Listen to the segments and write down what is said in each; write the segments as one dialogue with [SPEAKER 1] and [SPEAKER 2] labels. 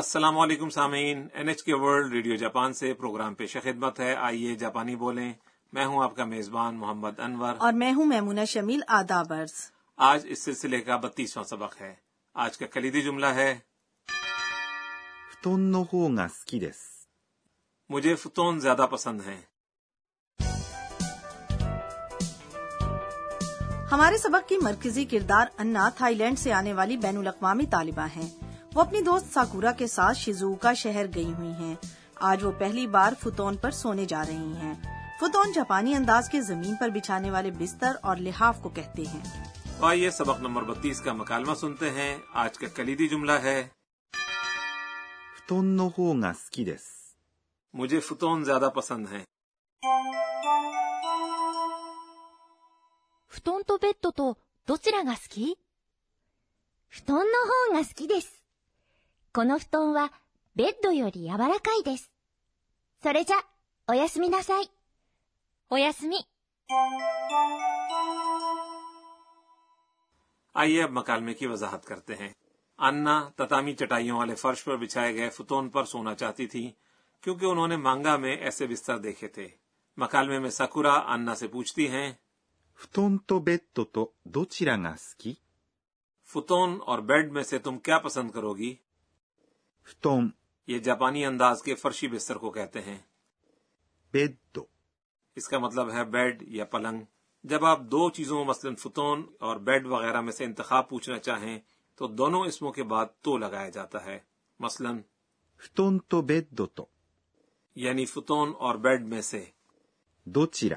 [SPEAKER 1] السلام علیکم سامعین N H K World Radio Japan سے پروگرام پیش خدمت ہے آئیے جاپانی بولیں میں ہوں آپ کا میزبان محمد انور
[SPEAKER 2] اور میں ہوں میمونہ شمیل آدابرز
[SPEAKER 1] آج اس سلسلے کا بتیسواں سبق ہے آج کا کلیدی جملہ ہے
[SPEAKER 3] 布団の方が好きです。
[SPEAKER 1] مجھے فتون زیادہ پسند ہیں
[SPEAKER 2] ہمارے سبق کی مرکزی کردار انا تھائی لینڈ سے آنے والی بین الاقوامی طالبہ ہیں وہ اپنی دوست ساکورا کے ساتھ شیزوکا شہر گئی ہوئی ہیں آج وہ پہلی بار فتون پر سونے جا رہی ہیں فتون جاپانی انداز کے زمین پر بچھانے والے بستر اور لحاف کو کہتے ہیں
[SPEAKER 1] تو آئیے سبق نمبر بتیس کا مکالمہ سنتے ہیں آج کا کلیدی جملہ ہے
[SPEAKER 3] 布団の方が好きです。
[SPEAKER 1] مجھے فتون زیادہ پسند ہیں
[SPEAKER 4] 布団とベッドとどちらが好き布団の方が好きです。この布団はベッドより柔らかいです。それじゃ、おやすみなさい。おやすみ。
[SPEAKER 1] آئیے اب مکالمے کی وضاحت کرتے ہیں انا تتامی چٹائیوں والے فرش پر بچھائے گئے فتون پر سونا چاہتی تھی کیونکہ انہوں نے مانگا میں ایسے بستر دیکھے تھے مکالمے میں سکورا انا سے پوچھتی ہیں
[SPEAKER 3] 布団とベッドとどちらが好き
[SPEAKER 1] فتون اور بیڈ میں سے تم کیا پسند کرو گی
[SPEAKER 3] 布団、
[SPEAKER 1] یہ جاپانی انداز کے فرشی بستر کو کہتے ہیں
[SPEAKER 3] ベッド、
[SPEAKER 1] اس کا مطلب ہے بیڈ یا پلنگ جب آپ دو چیزوں مثلا فتون اور بیڈ وغیرہ میں سے انتخاب پوچھنا چاہیں تو دونوں اسموں کے بعد تو لگایا جاتا ہے مثلا
[SPEAKER 3] 布団とベッドと
[SPEAKER 1] یعنی فتون اور بیڈ میں سے
[SPEAKER 3] どちら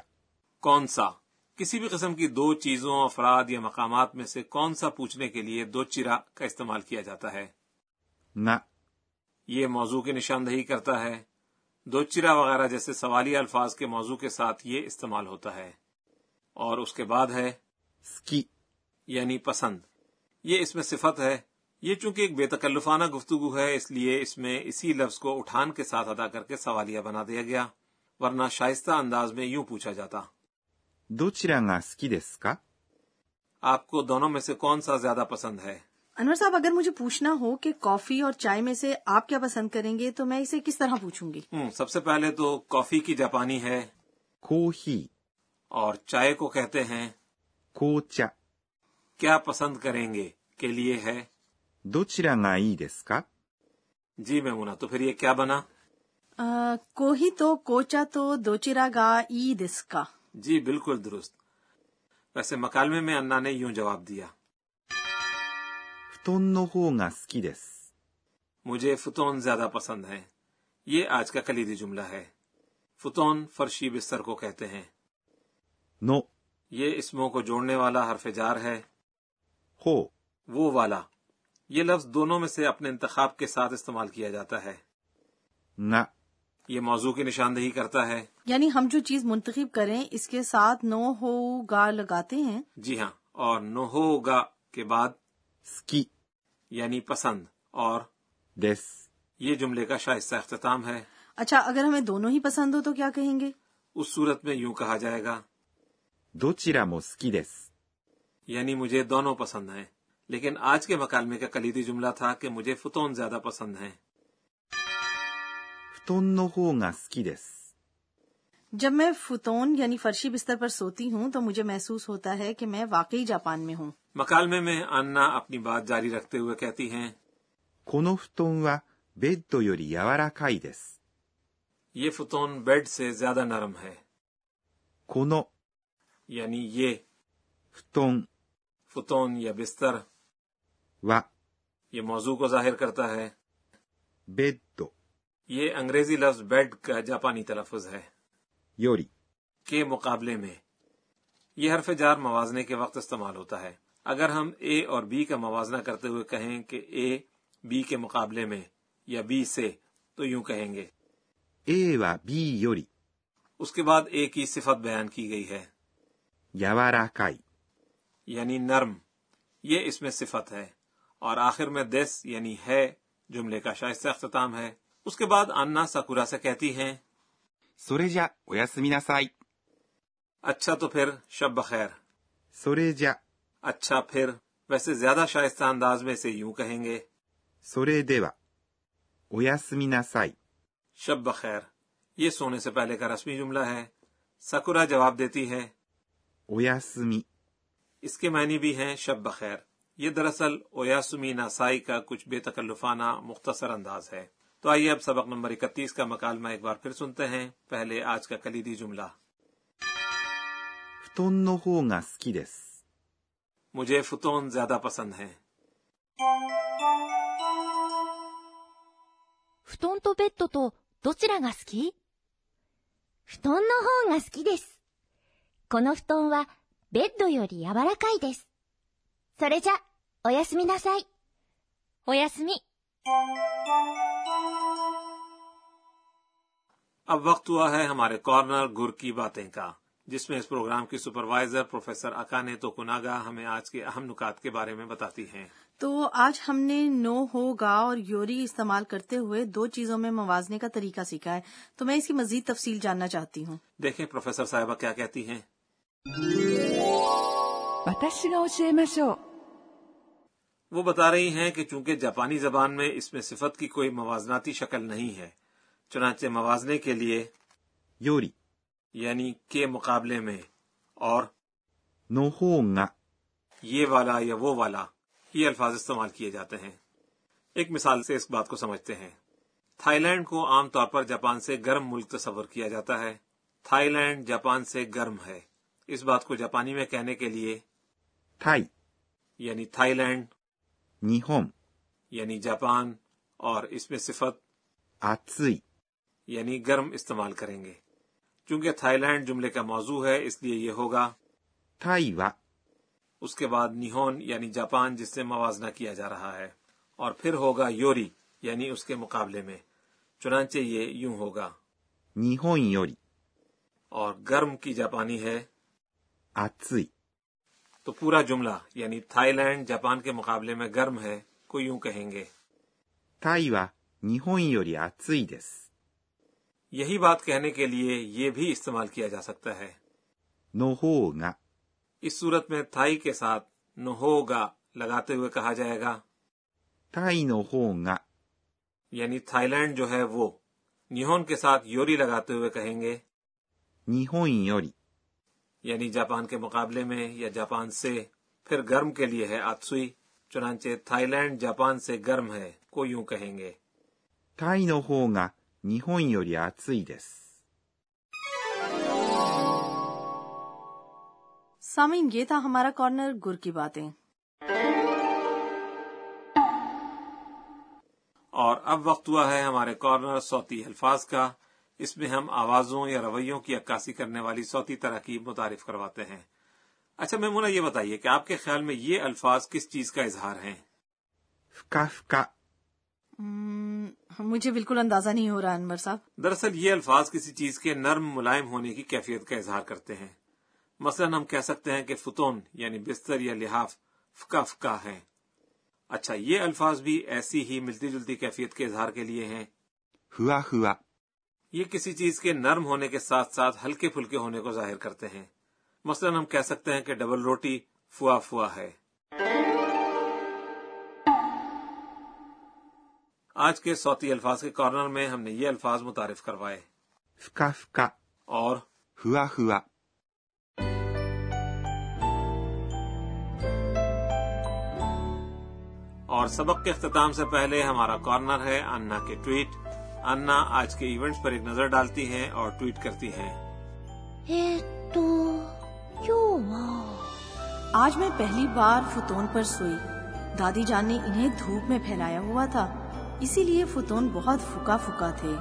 [SPEAKER 1] کون سا کسی بھی قسم کی دو چیزوں افراد یا مقامات میں سے کون سا پوچھنے کے لیے دو چرا کا استعمال کیا جاتا ہے
[SPEAKER 3] が
[SPEAKER 1] یہ موضوع کی نشاندہی کرتا ہے دو چرا وغیرہ جیسے سوالی الفاظ کے موضوع کے ساتھ یہ استعمال ہوتا ہے اور اس کے بعد ہے
[SPEAKER 3] 好き、
[SPEAKER 1] یعنی پسند یہ اس میں صفت ہے یہ چونکہ ایک بے تکلفانہ گفتگو ہے اس لیے اس میں اسی لفظ کو اٹھان کے ساتھ ادا کر کے سوالیہ بنا دیا گیا ورنہ شائستہ انداز میں یوں پوچھا جاتا
[SPEAKER 3] どちらが好きですか
[SPEAKER 1] آپ کو دونوں میں سے کون سا زیادہ پسند ہے
[SPEAKER 2] انور صاحب اگر مجھے پوچھنا ہو کہ کافی اور چائے میں سے آپ کیا پسند کریں گے تو میں اسے کس طرح پوچھوں گی
[SPEAKER 1] ہم، سب سے پہلے تو کافی کی جاپانی ہے
[SPEAKER 3] コーヒ
[SPEAKER 1] اور چائے کو کہتے ہیں
[SPEAKER 3] ー、紅茶、
[SPEAKER 1] کیا پسند کریں گے کے لیے ہے
[SPEAKER 3] どちらがいいですか
[SPEAKER 1] جی میمونا تو پھر یہ کیا بنا
[SPEAKER 2] کوہی تو کوچا تو دوچرا گا عید اس کا
[SPEAKER 1] جی بالکل درست ویسے مکالمے میں انا نے یوں جواب دیا
[SPEAKER 3] 布団の方が好きです。
[SPEAKER 1] مجھے فتون زیادہ پسند ہے یہ آج کا کلیدی جملہ ہے فتون فرشی بستر کو کہتے ہیں
[SPEAKER 3] の、
[SPEAKER 1] یہ اسموں کو جوڑنے والا حرف جار ہے
[SPEAKER 3] 方、
[SPEAKER 1] وہ والا یہ لفظ دونوں میں سے اپنے انتخاب کے ساتھ استعمال کیا جاتا ہے
[SPEAKER 3] が、
[SPEAKER 1] یہ موضوع کی نشاندہی کرتا ہے
[SPEAKER 2] یعنی ہم جو چیز منتخب کریں اس کے ساتھ نو ہو گا لگاتے ہیں
[SPEAKER 1] جی ہاں اور نو ہوگا کے بعد
[SPEAKER 3] 好き、
[SPEAKER 1] یعنی پسند اور
[SPEAKER 3] です。
[SPEAKER 1] یہ جملے کا شائستہ اختتام ہے
[SPEAKER 2] اچھا اگر ہمیں دونوں ہی پسند ہو تو کیا کہیں گے
[SPEAKER 1] اس صورت میں یوں کہا جائے گا
[SPEAKER 3] どちらも好きです。
[SPEAKER 1] یعنی مجھے دونوں پسند ہیں لیکن آج کے مکالمے کا کلیدی جملہ تھا کہ مجھے فتون زیادہ پسند ہیں
[SPEAKER 3] 布団の方が好きです。
[SPEAKER 2] جب میں فتون یعنی فرشی بستر پر سوتی ہوں تو مجھے محسوس ہوتا ہے کہ میں واقعی جاپان میں ہوں
[SPEAKER 1] مکالمے میں انا اپنی بات جاری رکھتے ہوئے کہتی ہیں
[SPEAKER 3] この布団はベッドより柔らかいです。
[SPEAKER 1] یہ فتون بیڈ سے زیادہ نرم ہے
[SPEAKER 3] この
[SPEAKER 1] یعنی یہ
[SPEAKER 3] 布団
[SPEAKER 1] فتون یا بستر
[SPEAKER 3] は
[SPEAKER 1] یہ موضوع کو ظاہر کرتا ہے
[SPEAKER 3] ベッド
[SPEAKER 1] یہ انگریزی لفظ بیڈ کا جاپانی تلفظ ہے
[SPEAKER 3] より
[SPEAKER 1] کے مقابلے میں یہ حرف جار موازنے کے وقت استعمال ہوتا ہے اگر ہم اے اور بی کا موازنہ کرتے ہوئے کہیں کہ اے بی کے مقابلے میں یا بی سے تو یوں کہیں گے
[SPEAKER 3] A は B より
[SPEAKER 1] اس کے بعد اے کی صفت بیان کی گئی ہے
[SPEAKER 3] 柔らかい
[SPEAKER 1] یعنی نرم یہ اس میں صفت ہے اور آخر میں دس یعنی ہے جملے کا شائستہ اختتام ہے اس کے بعد انا سکورا سے کہتی ہیں
[SPEAKER 3] それじゃおやすみなさい
[SPEAKER 1] اچھا تو پھر شب بخیر
[SPEAKER 3] それじゃ
[SPEAKER 1] اچھا پھر ویسے زیادہ شائستہ انداز میں سے یوں کہیں گے
[SPEAKER 3] それではおやすみなさい。
[SPEAKER 1] شب بخیر یہ سونے سے پہلے کا رسمی جملہ ہے سکورا جواب دیتی ہے
[SPEAKER 3] おやすみ。
[SPEAKER 1] اس کے معنی بھی ہیں شب بخیر یہ دراصل اویاسمی ناسائی کا کچھ بے تکلفانہ مختصر انداز ہے تو آئیے اب سبق نمبر اکتیس کا مکالمہ ایک بار پھر سنتے ہیں پہلے آج کا کلیدی جملہ
[SPEAKER 3] 布団の方が好きです。
[SPEAKER 1] مجھے فتون زیادہ پسند ہیں
[SPEAKER 4] 布団とベッドとどちらが好き布団の方が好きです。この布団はベッドより柔らかいです。それじゃ、おやすみなさい。おやすみ。
[SPEAKER 1] اب وقت ہوا ہے ہمارے کارنر گر کی باتیں کا جس میں اس پروگرام کی سپروائزر پروفیسر اکانے تو کناگا ہمیں آج کے اہم نکات کے بارے میں بتاتی ہیں
[SPEAKER 2] تو آج ہم نے نو ہوگا اور یوری استعمال کرتے ہوئے دو چیزوں میں موازنے کا طریقہ سیکھا ہے تو میں اس کی مزید تفصیل جاننا چاہتی ہوں
[SPEAKER 1] دیکھیں پروفیسر صاحبہ کیا کہتی ہیں
[SPEAKER 5] 私が教えましょう
[SPEAKER 1] وہ بتا رہی ہیں کہ چونکہ جاپانی زبان میں اس میں صفت کی کوئی موازناتی شکل نہیں ہے چنانچہ موازنے کے لیے
[SPEAKER 3] より、
[SPEAKER 1] یعنی کے مقابلے میں اور
[SPEAKER 3] の方が、
[SPEAKER 1] یہ والا یا وہ والا یہ الفاظ استعمال کیے جاتے ہیں ایک مثال سے اس بات کو سمجھتے ہیں تھائی لینڈ کو عام طور پر جاپان سے گرم ملک تصور کیا جاتا ہے تھائی لینڈ جاپان سے گرم ہے اس بات کو جاپانی میں کہنے کے لیے
[SPEAKER 3] タイ、
[SPEAKER 1] یعنی تھائی لینڈ
[SPEAKER 3] 日本、
[SPEAKER 1] یعنی جاپان اور اس میں صفت
[SPEAKER 3] 暑い、
[SPEAKER 1] یعنی گرم استعمال کریں گے چونکہ تھائی لینڈ جملے کا موضوع ہے اس لیے یہ ہوگا
[SPEAKER 3] タイは、
[SPEAKER 1] اس کے بعد نیہون یعنی جاپان جس سے موازنہ کیا جا رہا ہے اور پھر ہوگا یوری یعنی اس کے مقابلے میں چنانچہ یہ یوں ہوگا
[SPEAKER 3] 日本より、
[SPEAKER 1] اور گرم کی جاپانی ہے
[SPEAKER 3] 暑い、
[SPEAKER 1] تو پورا جملہ یعنی تھائی لینڈ جاپان کے مقابلے میں گرم ہے کو یوں کہیں گے
[SPEAKER 3] タイは日本より暑いです。
[SPEAKER 1] یہی بات کہنے کے لیے یہ بھی استعمال کیا جا سکتا ہے
[SPEAKER 3] の方が、
[SPEAKER 1] اس صورت میں تھائی کے ساتھ نہ ہوگا لگاتے ہوئے کہا جائے گا
[SPEAKER 3] タイの方が、
[SPEAKER 1] یعنی تھائی لینڈ جو ہے وہ نیہون کے ساتھ یوری لگاتے ہوئے کہیں گے
[SPEAKER 3] 日本より、
[SPEAKER 1] یعنی جاپان کے مقابلے میں یا جاپان سے پھر گرم کے لیے ہے آتسوئی چنانچہ تھائی لینڈ جاپان سے گرم ہے کو یوں کہیں گے
[SPEAKER 3] タイの方が日本より暑いです。
[SPEAKER 2] سامعین یہ تھا ہمارا کارنر گر کی باتیں
[SPEAKER 1] اور اب وقت ہوا ہے ہمارے کارنر صوتی الفاظ کا اس میں ہم آوازوں یا رویوں کی عکاسی کرنے والی صوتی تراکیب متعارف کرواتے ہیں اچھا میمونہ یہ بتائیے کہ آپ کے خیال میں یہ الفاظ کس چیز کا اظہار ہیں
[SPEAKER 3] ふかふか、
[SPEAKER 2] ہم، مجھے بالکل اندازہ نہیں ہو رہا انور صاحب
[SPEAKER 1] دراصل یہ الفاظ کسی چیز کے نرم ملائم ہونے کی کیفیت کا اظہار کرتے ہیں مثلا ہم کہہ سکتے ہیں کہ فتون یعنی بستر یا لحاف فکا فکا ہے اچھا یہ الفاظ بھی ایسی ہی ملتی جلتی کیفیت کے اظہار کے لیے ہیں
[SPEAKER 3] ふわふわ、
[SPEAKER 1] یہ کسی چیز کے نرم ہونے کے ساتھ ساتھ ہلکے پھلکے ہونے کو ظاہر کرتے ہیں مثلا ہم کہہ سکتے ہیں کہ ڈبل روٹی فوا فوا ہے آج کے صوتی الفاظ کے کارنر میں ہم نے یہ الفاظ متعارف کروائے
[SPEAKER 3] ふかふか、
[SPEAKER 1] اور
[SPEAKER 3] ふわふわ。
[SPEAKER 1] اور سبق کے اختتام سے پہلے ہمارا کارنر ہے انا کے ٹویٹ انا آج کے ایونٹس پر ایک نظر ڈالتی ہیں اور ٹویٹ کرتی ہیں
[SPEAKER 4] えーっと、今日は、
[SPEAKER 2] آج میں پہلی بار فتون پر سوئی دادی جان نے انہیں دھوپ میں پھیلایا ہوا تھا اسی لیے فتون بہت فکا فکا تھے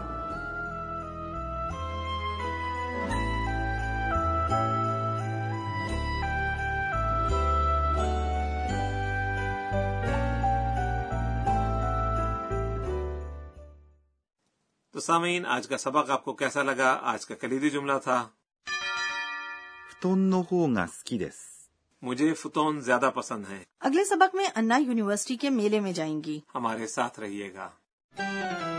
[SPEAKER 1] تو سامعین آج کا سبق آپ کو کیسا لگا آج کا کلیدی جملہ تھا
[SPEAKER 3] 布団の方が好きです。
[SPEAKER 1] مجھے فتون زیادہ پسند ہیں
[SPEAKER 2] اگلے سبق میں انا یونیورسٹی کے میلے میں جائیں گی
[SPEAKER 1] ہمارے ساتھ رہیے گا